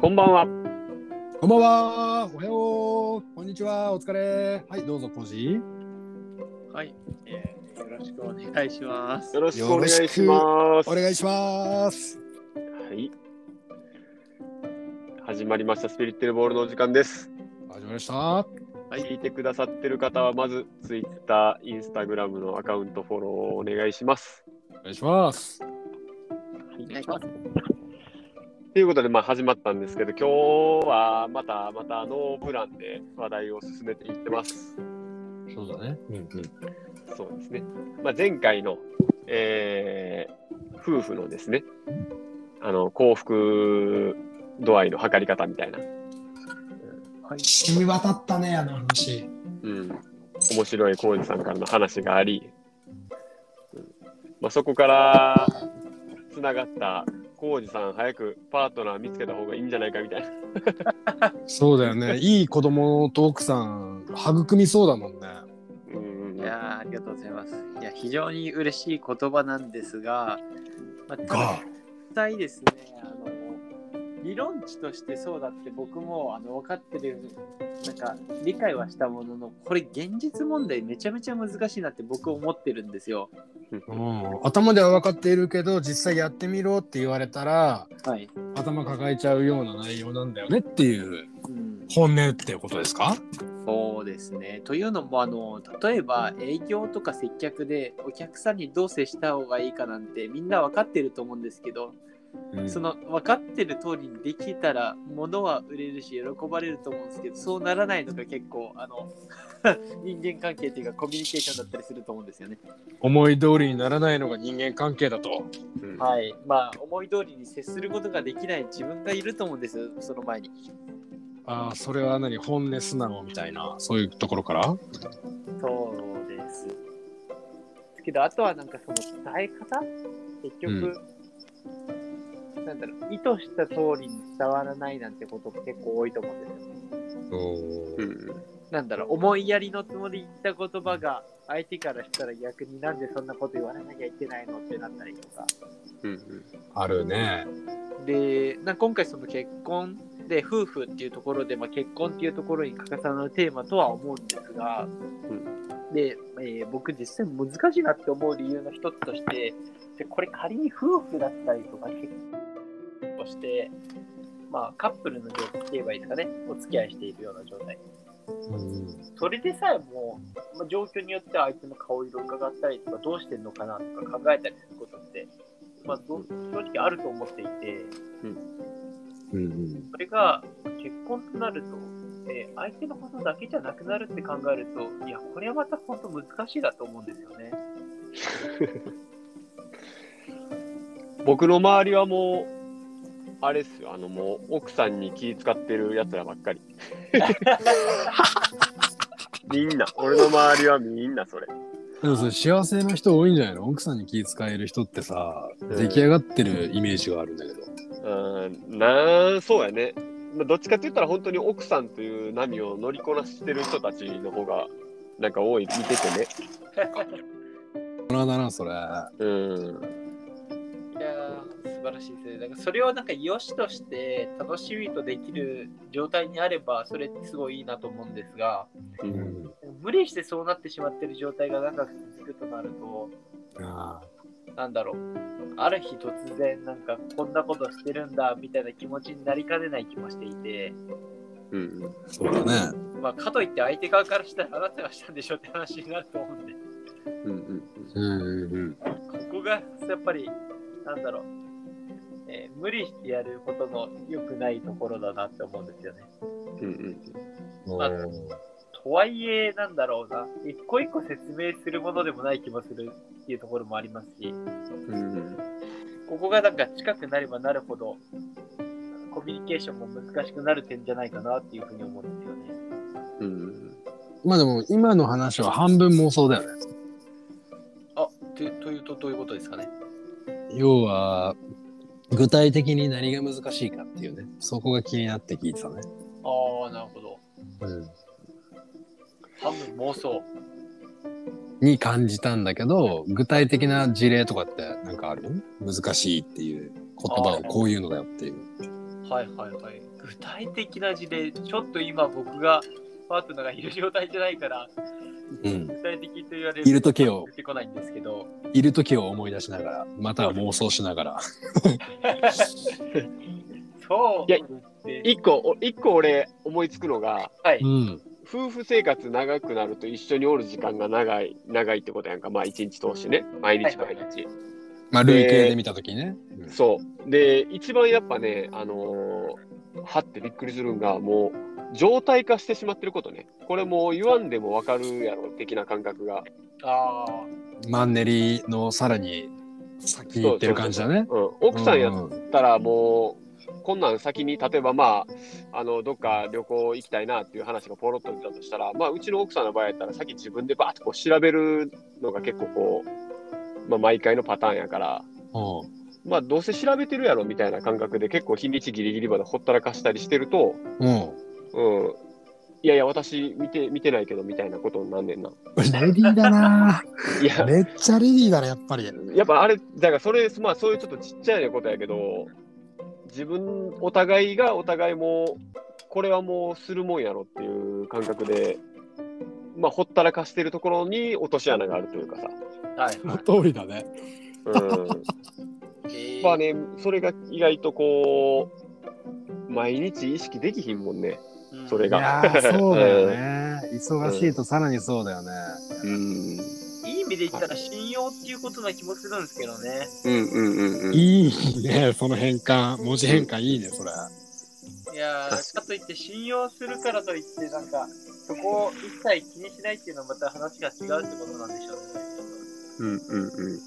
こんばんは。こんばんは。おはよう。こんにちは。お疲れ。はい、どうぞ、コージ。はい、えー、よろしくお願いします。よろしくお願いよろししくます。お願いします。はい。始まりましたスピリッテルボールのお時間です。始まりました。は聞いてくださってる方はまずツイッター、インスタグラムのアカウントフォローをお願いします。お願いします。お願いします。ということでまあ始まったんですけど、今日はまたまたノープランで話題を進めていってます。そうだね。うんうん。そうですね。まあ、前回の、えー夫婦のですね、あの幸福度合いの測り方みたいな、はい、染み渡ったね、あの話。うん、面白い浩二さんからの話があり、うんまあ、そこからつながった浩二さん、早くパートナー見つけた方がいいんじゃないかみたいな。そうだよね。いい子供と奥さん、育みそうだもんね。うんいやーありがとうございます。いや、非常に嬉しい言葉なんですが、まあ、が実際ですね、あの、理論値としてそうだって僕もあの分かってる、なんか理解はしたものの、これ現実問題めちゃめちゃ難しいなって僕思ってるんですよ。うん。頭では分かっているけど、実際やってみろって言われたら、はい。頭抱えちゃうような内容なんだよねっていううん、本音っていうことですかそうですね。というのもあの例えば営業とか接客でお客さんにどう接した方がいいかなんてみんな分かってると思うんですけど、その分かってる通りにできたら物は売れるし喜ばれると思うんですけどそうならないのが結構あの 人間関係というかコミュニケーションだったりすると思うんですよね。思い通りにならないのが人間関係だと。うんはい、まあ思い通りに接することができない自分がいると思うんですよその前に。ああ、それは何本音素直みたいな、そういうところからそうです。けど、あとはなんかその伝え方結局、なんだろう、意図した通りに伝わらないなんてことも結構多いと思うんですよ。うおんなんだろう、思いやりのつもりで言った言葉が、相手からしたら逆になんでそんなこと言われなきゃいけないのってなったりとか。うんあるね。で、な今回その結婚で夫婦っていうところで、まあ、結婚っていうところに欠かさないテーマとは思うんですが、で、えー僕実際難しいなって思う理由の一つとしてでこれ仮に夫婦だったりとか結婚して、まあ、カップルの状態って言えばいいですかねお付き合いしているような状態うんそれでさえもう、まあ、状況によっては相手の顔色を伺ったりとかどうしてんのかなとか考えたりすることって、まあ、どう正直あると思っていて。うんそれが結婚となると、えー相手のことだけじゃなくなるって考えると、いや、これはまた本当難しいだと思うんですよね。僕の周りはもう、あれですよ、あのもう奥さんに気使ってるやつらばっかり。みんな、俺の周りはみんなそれ。でもそれ幸せな人多いんじゃないの奥さんに気遣える人ってさ、ん出来上がってるイメージがあるんだけど。うん、なん、そうやね。まあどっちかって言ったら本当に奥さんという波を乗りこなしてる人たちの方が、なんか多い、見ててね。この間な、それ。うん。 いやー、素晴らしいですね。だからそれをなんか良しとして楽しみとできる状態にあれば、それってすごいいいなと思うんですが、うん、無理してそうなってしまってる状態が長く続くとなると、あなんだろう。ある日突然なんかこんなことしてるんだみたいな気持ちになりかねない気もしていて、うん。あ、そうだね。まあ、かといって相手側からしたらあなたがしたんでしょって話になると思うんで、うん。うん。うんうんうん。ここがやっぱり、なんだろう、えー無理してやることの良くないところだなって思うんですよね。うん。うん。おーとはいえ、なんだろうな、一個一個説明するものでもない気もするっていうところもありますし、うん。ここがなんか近くなればなるほど、コミュニケーションも難しくなる点じゃないかなっていうふうに思うんですよね。うん。まあでも、今の話は半分妄想だよね。あ、というと、どういうことですかね。要は、具体的に何が難しいかっていうね。そこが気になって聞いてたね。ああ、なるほど。うん。半分妄想。に感じたんだけど、具体的な事例とかってなんかある難しいっていう言葉をこういうのだよっていう。はいはいはい。具体的な事例、ちょっと今僕がパートナーがいる状態じゃないから、うん。具体的と言われるいる時を出てこないんですけど、いる時を思い出しながら、または妄想しながら。そういやですね。一個、お一個俺思いつくのが、はい。ん。夫婦生活長くなると一緒におる時間が長い、長いってことやんか。まあ一日通してね。毎日毎日。まあ、で累計で見た時ね。うんそう。で、一番やっぱね、あのーはってびっくりするんが、もう、状態化してしまってることね。これもう言わんでもわかるやろ、的な感覚が。ああ。マンネリのさらに先行ってる感じだね。うん。奥さんやうっんたらもう、こんなん先に、例えばまあ、あの、どっか旅行行きたいなっていう話がポロッと出たとしたら、まあ、うちの奥さんの場合やったら、先自分でバーッとこう調べるのが結構こう、まあ、毎回のパターンやから、うんまあ、どうせ調べてるやろみたいな感覚で結構日にちギリギリまでほったらかしたりしてると、うん。うん。いやいや、私見て、見てないけどみたいなことになんねんな。レディーだな。い や、めっちゃレディーだね、やっぱり。やっぱあれ、だからそれ、まあそういうちょっとちっちゃいことやけど、自分、お互いがお互いもう、これはもうするもんやろっていう感覚で、まあほったらかしてるところに落とし穴があるというかさ。はい。通りだね。 うん。えーまあね、それが意外とこう、毎日意識できひんもんね。うんそれいがやーそうだよね。 忙しいとさらにそうだよね。うん。いい意味で言ったら信用っていうことな気もするんですけどね。うんうんうんうん。いいね、その変換。文字変換いいね、それ。いやー、かといって信用するからといって、なんか、そこを一切気にしないっていうのはまた話が違うってことなんでしょうね。うんうんうん。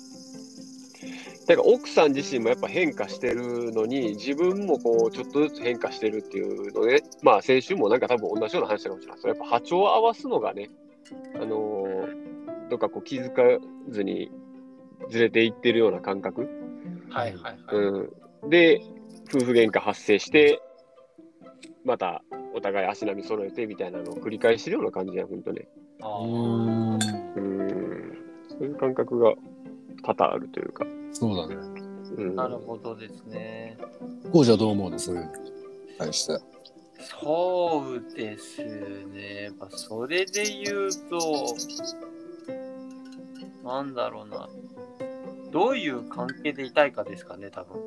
だから奥さん自身もやっぱ変化してるのに自分もこうちょっとずつ変化してるっていうのねまあ先週もなんか多分同じような話したかもしれないですけどやっぱ波長を合わすのがねあのー、どっかこう気づかずにずれていってるような感覚、はいはいはい。うん、で夫婦喧嘩発生してまたお互い足並み揃えてみたいなのを繰り返してるような感じやほんとねあうーーん。うんそういう感覚が多々あるというか。そうだね。うんなるほどですね。こうじゃどう思うのそういうのに対して。そうですね。まあ、それで言うと、なんだろうな。どういう関係でいたいかですかね、多分。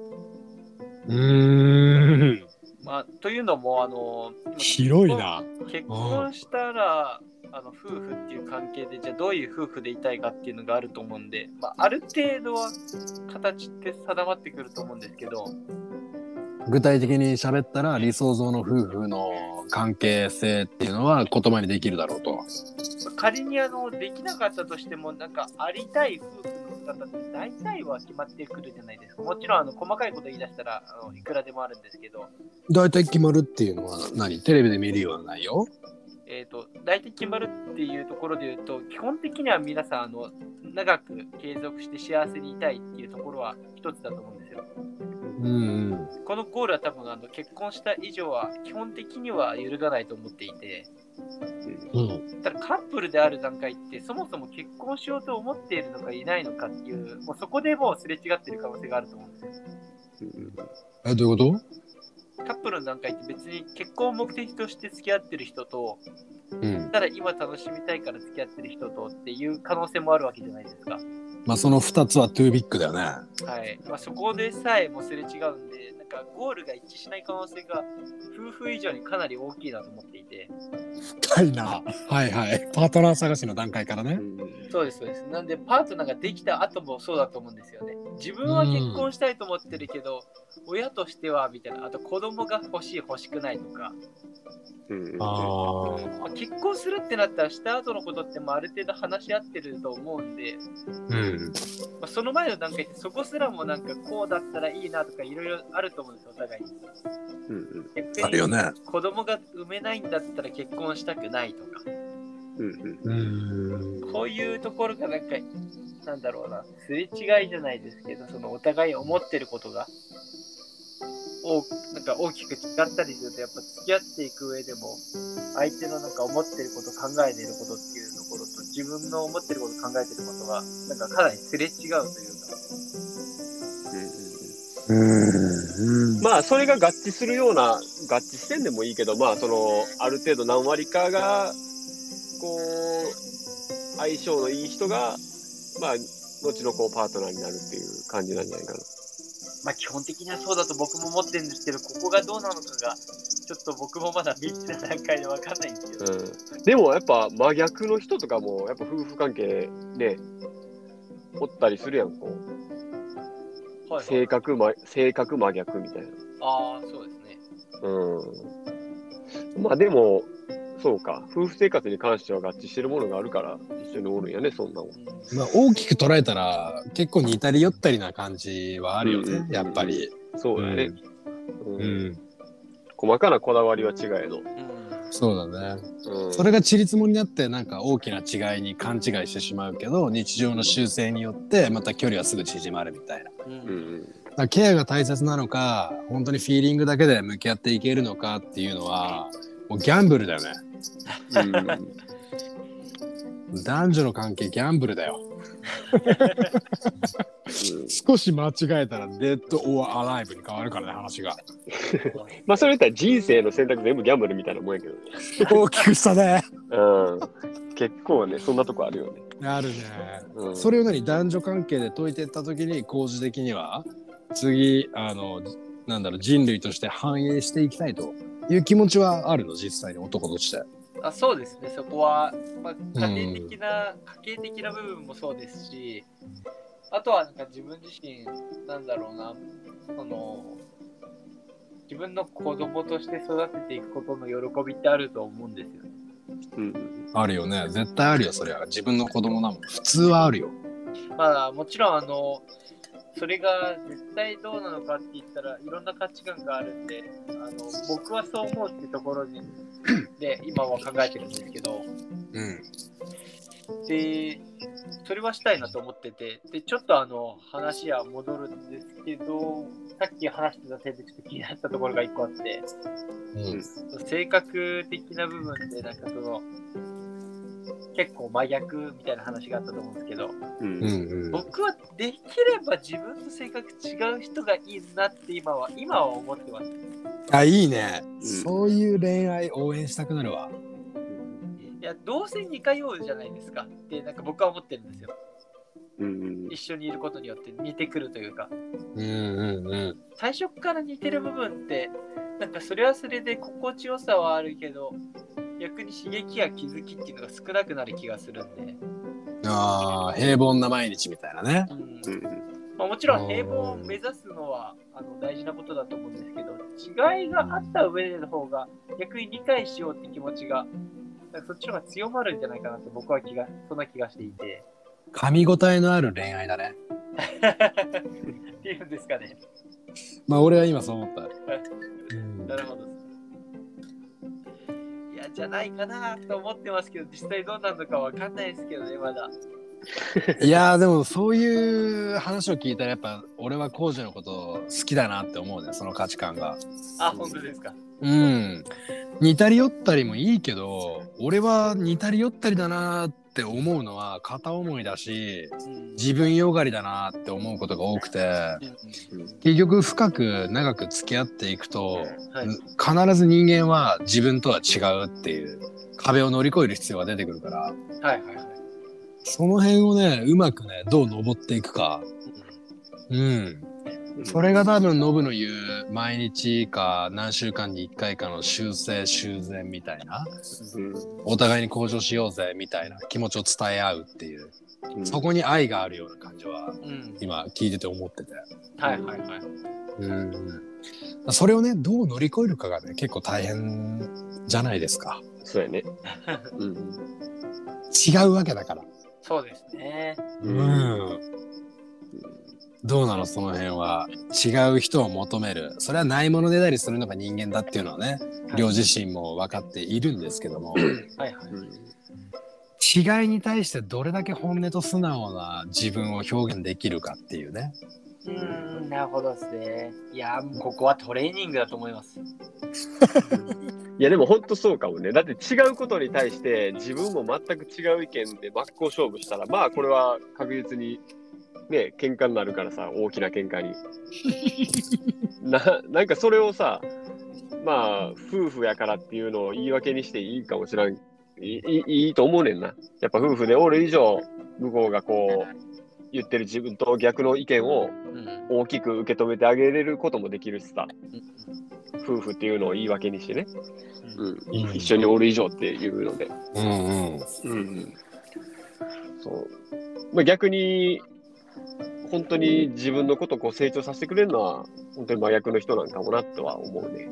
うーん。まあ、というのも、あの、今広いな。結婚したらあの夫婦っていう関係でじゃあどういう夫婦でいたいかっていうのがあると思うんで、まあ、ある程度は形って定まってくると思うんですけど具体的に喋ったら理想像の夫婦の関係性っていうのは言葉にできるだろうと。仮にあのできなかったとしてもなんかありたい夫婦の姿って大体は決まってくるじゃないですかもちろんあの細かいこと言い出したらあのいくらでもあるんですけど、大体決まるっていうのは何テレビで見るような内容えー、と大体決まるっていうところで言うと基本的には皆さんあの長く継続して幸せにいたいっていうところは一つだと思うんですようんうん。このゴールは多分あの結婚した以上は基本的には揺るがないと思っていてうん。ただカップルである段階ってそもそも結婚しようと思っているのかいないのかっていうもうそこでもうすれ違ってる可能性があると思うんですよえ、どういうこカップルの段階って別に結婚を目的として付き合ってる人ととうん。ただ今楽しみたいから付き合ってる人とっていう可能性もあるわけじゃないですかまあその2つはトゥービッグだよね。はい、まあ、そこでさえもすれ違うんでなんかゴールが一致しない可能性が夫婦以上にかなり大きいなと思っていて深いな。はいはい。パートナー探しの段階からね。そうですそうです。なんでパートナーができた後もそうだと思うんですよね。自分は結婚したいと思ってるけど、親としてはみたいな、あと子供が欲しい欲しくないとか、あ。あまあ、結婚するってなったらした後のことってもある程度話し合ってると思うんで、うん。まあ、その前の段階ってそこすらもなんかこうだったらいいなとかいろいろあると思うんですよ、お互いに。あるよね。子供が産めないんだったら結婚したくないとか。うん。こういうところがなんか、なんだろうな、すれ違いじゃないですけど、そのお互い思ってることが、おなんか大きく違ったりすると、やっぱ付き合っていく上でも、相手のなんか思ってること、考えてることっていうところと、自分の思ってること、考えてることが、なんかかなりすれ違うというか、うん。まあそれが合致するような合合致してんでもいいけど、まあ、その、ある程度何割かが、こう、相性のいい人が、まあ、後のこう、パートナーになるっていう感じなんじゃないかな。まあ、基本的にはそうだと僕も思ってるんですけど、ここがどうなのかが、ちょっと僕もまだ未知な段階でわかんないんですけど、うん、でもやっぱ真逆の人とかもやっぱ夫婦関係ねおったりするやんこうはいはい性格、ま、性格真逆みたいああ、そうですね。なうんまあでもそうか夫婦生活に関しては合致してるものがあるから一緒におるんやねそんなもんうんまあ、大きく捉えたら結構似たり寄ったりな感じはあるよね、うんやっぱり、そうやね、うんうん、細かなこだわりは違えど、うんそうだねうん、それがちりつもりになってなんか大きな違いに勘違いしてしまうけど日常の修正によってまた距離はすぐ縮まるみたいなだかうんうんらケアが大切なのか本当にフィーリングだけで向き合っていけるのかっていうのはもうギャンブルだよねうん、男女の関係ギャンブルだよ少し間違えたらデッド・オア・アライブに変わるからね話がまあそれ言ったら人生の選択全部ギャンブルみたいなもんやけどね、大きくしたねうん、結構ねそんなとこあるよね、あるねうん、それを何男女関係で解いてった時に工事的には次あのなんだろう人類として繁栄していきたいという気持ちはあるの実際に男として。あそうですね、そこは、まあ、家庭的な、家計的な部分もそうですし、あとはなんか自分自身、なんだろうな、その、自分の子供として育てていくことの喜びってあると思うんですよね。うんあるよね絶対あるよそりゃ自分の子供なもん普通はあるよ。まあもちろんあのそれが絶対どうなのかって言ったらいろんな価値観があるんであの僕はそう思うってところにで今は考えてるんですけどうん、でそれはしたいなと思っててでちょっとあの話は戻るんですけどさっき話してた点でちょっと気になったところが1個あってうん性格的な部分でなんかその結構真逆みたいな話があったと思うんですけどうんうんうん僕はできれば自分と性格違う人がいいなって今は今は思ってます。あいいね、んそういう恋愛応援したくなるわ。いやどうせ似通うじゃないですかってなんか僕は思ってるんですよ。うん一緒にいることによって似てくるというかうんうんうん最初から似てる部分ってなんかそれはそれで心地よさはあるけど逆に刺激や気づきっていうのが少なくなる気がするんで、あー平凡な毎日みたいなね。うんうんまあ、もちろん平凡を目指すのはあの大事なことだと思うんですけど違いがあった上での方が逆に理解しようって気持ちがなんかそっちの方が強まるんじゃないかなって僕は気がそんな気がしていて噛み応えのある恋愛だね。っていうんですかねまあ俺は今そう思 った。うんなるほどいやじゃないかなと思ってますけど実際どうなるのかわかんないですけどねまだいやーでもそういう話を聞いたらやっぱ俺はコウジのこと好きだなって思うねその価値観が。あ本当ですかうん似たり寄ったりもいいけど俺は似たり寄ったりだなーって思うのは片思いだしうん自分よがりだなーって思うことが多くてうん結局深く長く付き合っていくとはい必ず人間は自分とは違うっていう壁を乗り越える必要が出てくるからはいはいはいその辺をねうまくねどう登っていくか。うんうんそれが多分ノブの言う毎日か何週間に1回かの修正修繕みたいなうんお互いに向上しようぜみたいな気持ちを伝え合うっていううんそこに愛があるような感じはうん今聞いてて思ってて、はいはいはいうん、それをねどう乗り越えるかがね結構大変じゃないですかそうやね。うん。違うわけだからそうですねうんどうなのその辺は違う人を求めるそれはないものねだりするのが人間だっていうのはね両自身も分かっているんですけどもはいはい違いに対してどれだけ本音と素直な自分を表現できるかっていうねうーん、なるほどですね。いやー、ここはトレーニングだと思います。いやでも本当そうかもね。だって違うことに対して自分も全く違う意見で真っ向勝負したら、まあこれは確実にね、喧嘩になるからさ、大きな喧嘩に。ななんかそれをさ、まあ、夫婦やからっていうのを言い訳にしていいかもしらん。いいいいと思うねんな。やっぱ夫婦でおる以上、向こうがこう、言ってる自分と逆の意見をうん大きく受け止めてあげれることもできるしさ、夫婦っていうのを言い訳にしてね、うんうん、一緒におる以上っていうので。うんうん。うん、そう。まあ、逆に、本当に自分のことをこう成長させてくれるのは、本当に真逆の人なんかもなとは思うね。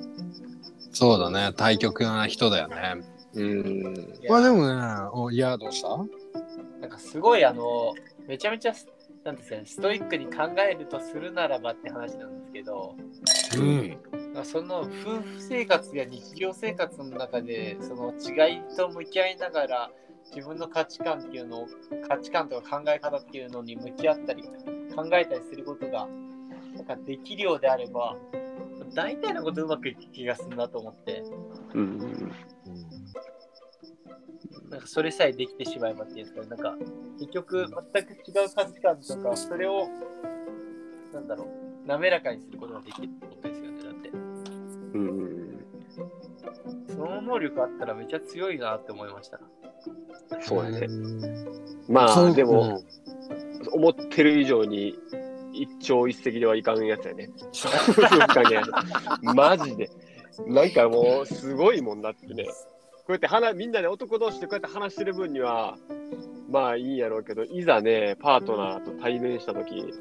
そうだね。対極な人だよね。うん。まあでもね、おいや、どうしたなんかすごいあのめちゃめちゃすなんですかねストイックに考えるとするならばって話なんですけどうん。まあその夫婦生活や日常生活の中でその違いと向き合いながら自分の価値観っていうのを価値観とか考え方っていうのに向き合ったり考えたりすることがなんかできるようであれば大体のことうまくいく気がするなと思ってうん。なんかそれさえできてしまえばっていうんですかねなんか結局全く違う価値観とかそれをなんだろう滑らかにすることができるってことですよねだってうん。その能力あったらめちゃ強いなって思いましたそうやね。まあ、でも、、思ってる以上に一朝一夕ではいかんやつやね。関 係ないマジで。なんかもうすごいもんだってね。こうやって話みんなで男同士でこうやって話してる分にはまあいいんやろうけどいざねパートナーと対面した時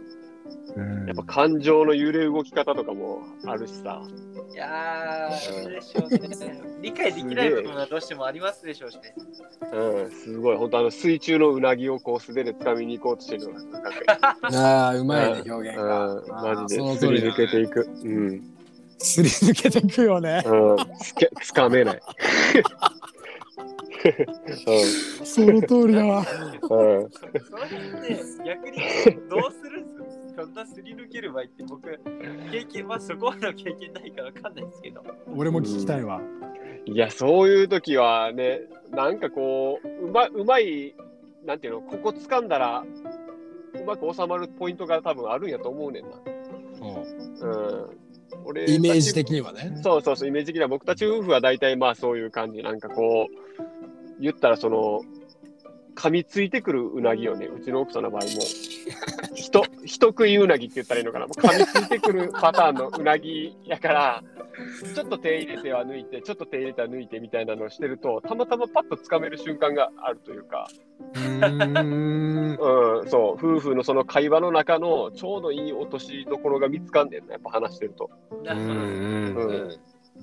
うんやっぱ感情の揺れ動き方とかもあるしさいやー、そうでしょうね。 理解できない部分はどうしてもありますでしょうしね。うんすごい本当あの水中のうなぎをこう素手で掴みに行こうとしてるのがかっこいいああ、うまいね、表現が。うんマジであーそのす通りりだね抜けていくうんすり抜けてくよね。うんつけ掴めないうんその通りだわ。うんそその辺ね、逆にどうするんですかそんなすり抜ける場合って僕、経験、まあそこまでの経験ないからわかんないですけど。俺も聞きたいわ。いや、そういう時はね、なんかこう、うまうまい、なんていうの、ここ掴んだら、うまく収まるポイントが多分あるんやと思うねんな。そううん。俺イメージ的的にはね。そうそうそう、イメージ的には僕たち夫婦は大体まあそういう感じ、なんかこう、言ったらその、噛みついてくるうなぎをね、うちの奥さんの場合も、人、人食いうなぎって言ったらいいのかな、もう噛みついてくるパターンのうなぎやから、ちょっと手入れては抜いて、ちょっと手入れては抜いてみたいなのをしてると、たまたまパッとつかめる瞬間があるというか、うーん。うん、そう、夫婦のその会話の中のちょうどいい落としどころが見つかんねんな、やっぱ話してると。なるほど。んうん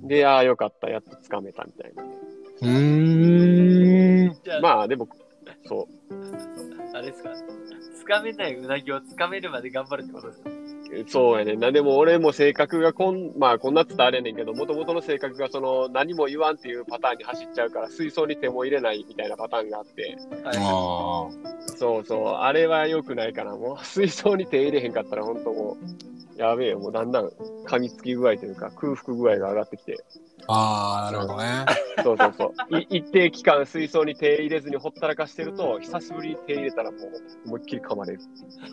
で、ああ、よかった、やっとつかめたみたいな。うん。じゃあ、まあでも、そあれですか。つかめないうなぎをつかめるまで頑張るってことですかう、そうやねんな。でも俺も性格がこん、まあこんなっつったらあれやねんけど、もともとの性格がその何も言わんっていうパターンに走っちゃうから、水槽に手も入れないみたいなパターンがあって、あはそうそう、あれは良くないから、もう 水槽に手入れへんかったら、ほんともう、やべえよ、もうだんだん噛みつき具合というか、空腹具合が上がってきて、あ。ああ、なるほどね。そうそうそう、い 一定期間水槽に手入れずにほったらかしてると、久しぶりに手入れたらもう、思いっきり噛まれる。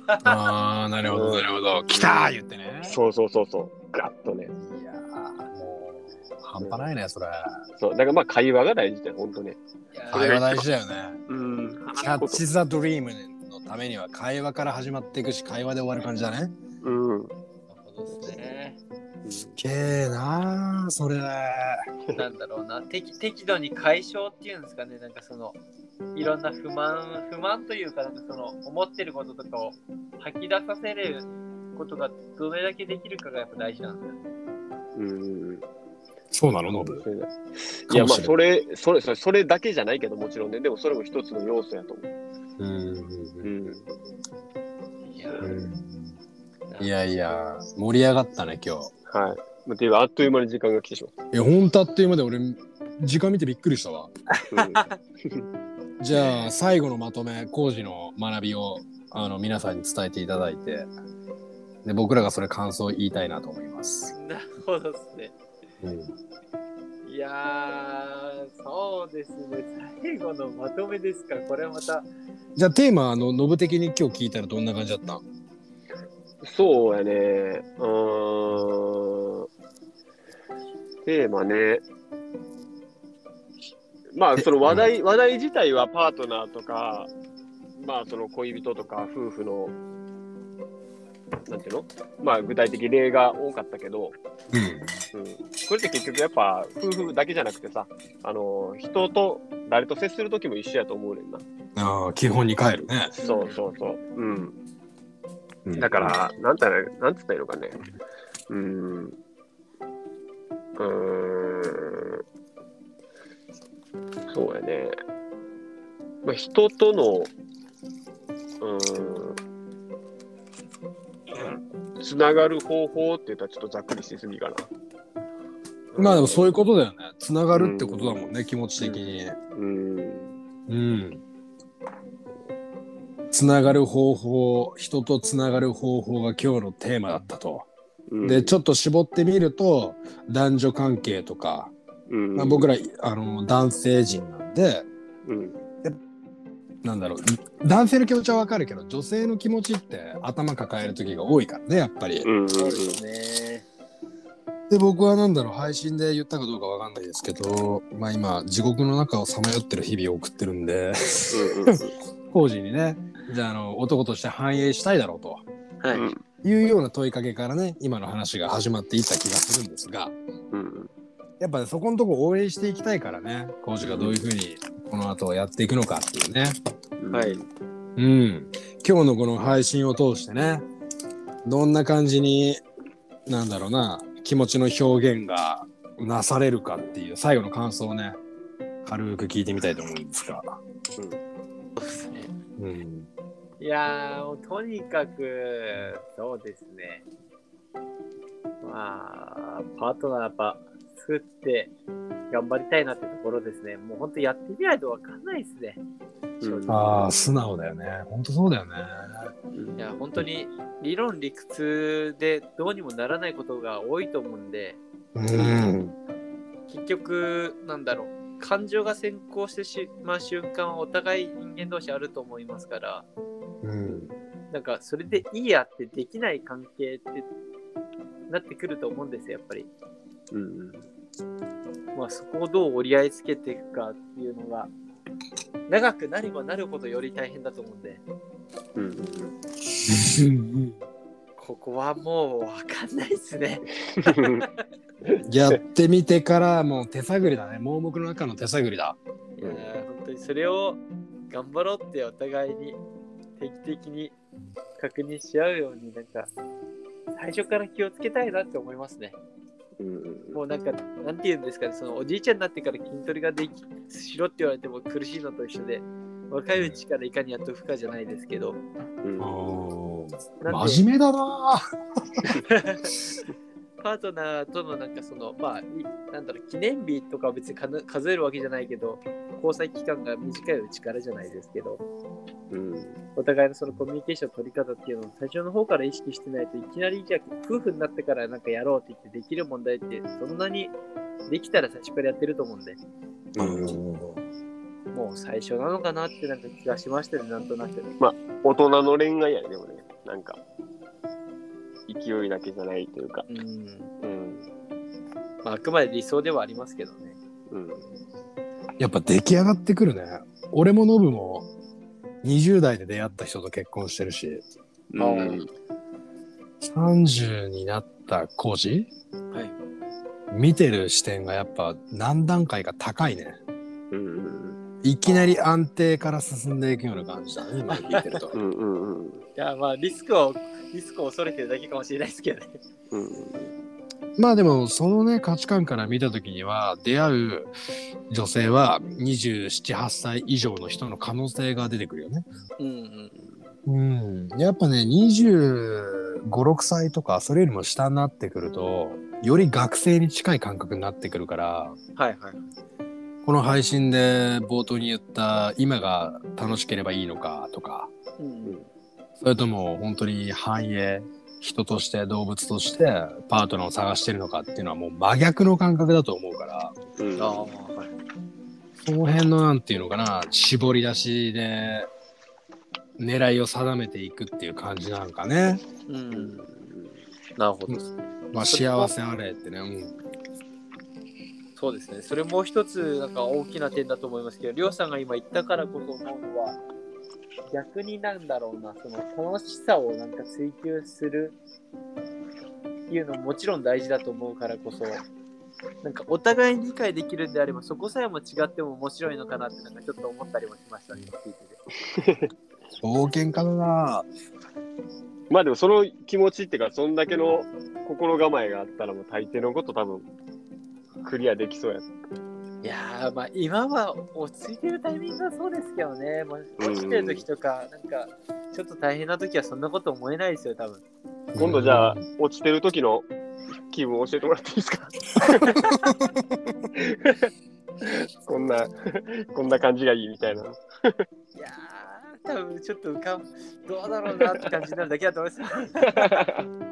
ああ、なるほど、なるほど。来たー言ってね。そうそうそうそう、ガッとね。いやーもう、半端ないね、それ。そう、だからまあ会話が大事だよ、ほんとね。い。いやー会話大事だよね。うん、キャッチ・ザ・ドリームのためには会話から始まっていくし、会話で終わる感じだね。うん。なるほどですね。すげえなー、それ。なんだろうな適適度に解消っていうんですかねなんかそのいろんな不満不満というかなんかその思ってることとかを吐き出させることがどれだけできるかがやっぱ大事なんですよね。うん。そうなの、ノブ。いや、まあ、それ、それ、それ、それだけじゃないけど、もちろんね、でも、それも一つの要素やと思う。うん。ん。いやいやいや、盛り上がったね、今日。はい。っていうかあっという間に時間が来てしまっえ、ほんとあっという間で俺、時間見てびっくりしたわ。た。じゃあ、最後のまとめ、工事の学びを、あの、皆さんに伝えていただいて、で、僕らがそれ感想を言いたいなと思います。なるほどですね。いやーそうですね最後のまとめですかこれまたじゃあ、テーマ、あの、ノブ的に今日聞いたらどんな感じだったそうやね。うーん。テーマね。まあ、その話題、話題自体はパートナーとか、まあ、その恋人とか夫婦の、なんていうのまあ、具体的例が多かったけど、うん。うん、これって結局やっぱ夫婦だけじゃなくてさ、あの、人と誰と接するときも一緒やと思うねんな。ああ、基本に帰るね。そうそうそう。うん。うんだから、なんたら、なんつったらいいのかね。うーん。うーん。そうやね。まあ、人との、うーん。つながる方法って言ったらちょっとざっくりしすぎかな。まあでもそういうことだよね。つながるってことだもんね、気持ち的に。うん。うん。つながる方法、人とつながる方法が今日のテーマだったと。うん。で、ちょっと絞ってみると、男女関係とか、うん、まあ、僕ら、あの、男性人なんで、うん。なんだろう、男性の気持ちはわかるけど、女性の気持ちって頭抱える時が多いからね、やっぱり。うん。そうですね。で、僕はなんだろう、配信で言ったかどうかわかんないですけど、まあ今、地獄の中をさまよってる日々を送ってるんで、工事にね、じゃあ、あの、男として反映したいだろうと。はい。うんいうような問いかけからね今の話が始まっていった気がするんですがうん。やっぱ、ね、そこのとこ応援していきたいからねコーチがどういうふうにこの後やっていくのかっていうねうん。はい。うん今日のこの配信を通してねどんな感じになんだろうな気持ちの表現がなされるかっていう最後の感想をね軽く聞いてみたいと思うんですが、うん、いやー、もうとにかく、そうですね。まあ、パートナーやっぱ作って頑張りたいなってところですね。もう本当やってみないとわかんないですね。うんああ素直だよねほんとそうだよねいや、本当に理論理屈でどうにもならないことが多いと思うんで、うん結局、なんだろう、感情が先行してしまう瞬間はお互い人間同士あると思いますから、うんなんかそれでいいやってできない関係ってなってくると思うんですよ、やっぱり。うん。まあ、そこをどう折り合いつけていくかっていうのが、長くなればなるほどより大変だと思うんで、うん。ここはもうわかんないですね。やってみてからもう手探りだね盲目の中の手探りだいやー本当にそれを頑張ろうってお互いに定期的に確認し合うように、なんか、最初から気をつけたいなって思いますね。もうなんか、なんて言うんですかね、そのおじいちゃんになってから筋トレができしろって言われても苦しいのと一緒で、若いうちからいかにやっとくかじゃないですけど、なんで真面目だなパートナーとのなんかその、まあ、いなんだろう、記念日とかは別にかな数えるわけじゃないけど、交際期間が短いうちからじゃないですけど、お互いのそのコミュニケーションの取り方っていうのを最初の方から意識してないといきなりじゃあ夫婦になってからなんかやろうって言ってできる問題ってそんなにできたら最初からやってると思うんでもう最初なのかなってなんか気がしましたねなんとなく大人の恋愛やね、でもね。なんか、勢いだけじゃないというか。うん、うん。まあ、あくまで理想ではありますけどねうん。やっぱ出来上がってくるね俺もノブも20代で出会った人と結婚してるしうん。 30になったコ事はい見てる視点がやっぱ何段階か高いねうん。いきなり安定から進んでいくような感じだね今聞いてると うん。うん。いやまあリスクをリスクを恐れてるだけかもしれないですけどねまあでもそのね価値観から見た時には出会う女性は278歳以上の人の可能性が出てくるよね。うんうんうん、やっぱね2526歳とかそれよりも下になってくるとより学生に近い感覚になってくるからはいはいこの配信で冒頭に言った今が楽しければいいのかとかうんそれとも本当に繁栄人として動物としてパートナーを探してるのかっていうのはもう真逆の感覚だと思うからうん。ああはいその辺のなんていうのかな絞り出しで狙いを定めていくっていう感じなんかね、うんなるほどまあ、幸せあれってね、うんそうですね。それもう一つ、なんか大きな点だと思いますけど、りょうさんが今言ったからこそ思うのは、逆になんだろうな、その楽しさをなんか追求するっていうのももちろん大事だと思うからこそ、なんかお互いに理解できるんであれば、そこさえも違っても面白いのかなって、なんかちょっと思ったりもしましたね、今聞いてて。冒険家だなまあでもその気持ちっていうか、そんだけの心構えがあったらもう大抵のこと多分クリアできそうや。いやー、まあ今は落ち着いてるタイミングはそうですけどね、もう落ちてる時とか、なんかちょっと大変な時はそんなこと思えないですよ、多分。今度じゃあ落ちてる時の気分教えてもらっていいです かこんな、こんな感じがいいみたいな。いやー、多分ちょっと浮かん、どうだろうなって感じになるだけだと思います。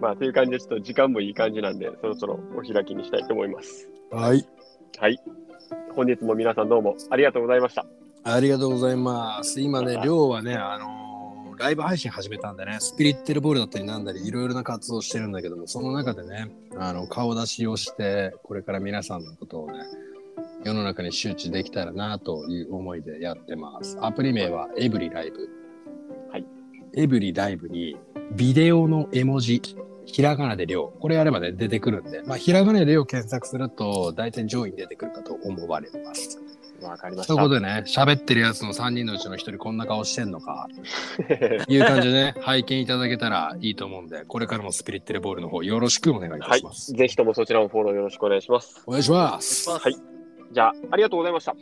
まあという感じで、ちょっと時間もいい感じなんで、そろそろお開きにしたいと思います。はいはい。本日も皆さんどうもありがとうございました。ありがとうございます今ねりょうはねあのーライブ配信始めたんでねスピリッテルボールだったりなんだりいろいろな活動してるんだけどもその中でねあの顔出しをしてこれから皆さんのことをね世の中に周知できたらなという思いでやってますアプリ名はエブリライブはいエブリライブにビデオの絵文字ひらがなでりょうこれやればね出てくるんでまあひらがなでりょう検索すると大体上位に出てくるかと思われますわかりましそういうこた。とでね、喋ってるやつの3人のうちの1人こんな顔してんの か、いう感じでね、拝見いただけたらいいと思うんで、これからもスピリッテルボールの方よろしくお願いいたはいしま。す。ぜひともそちらもフォローよろしくお願いします。お願いします。はい。じゃあ、ありがとうございました。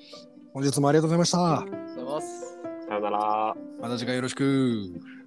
本日もありがとうございました。ありがとうございます。さよなら。また次回よろしく。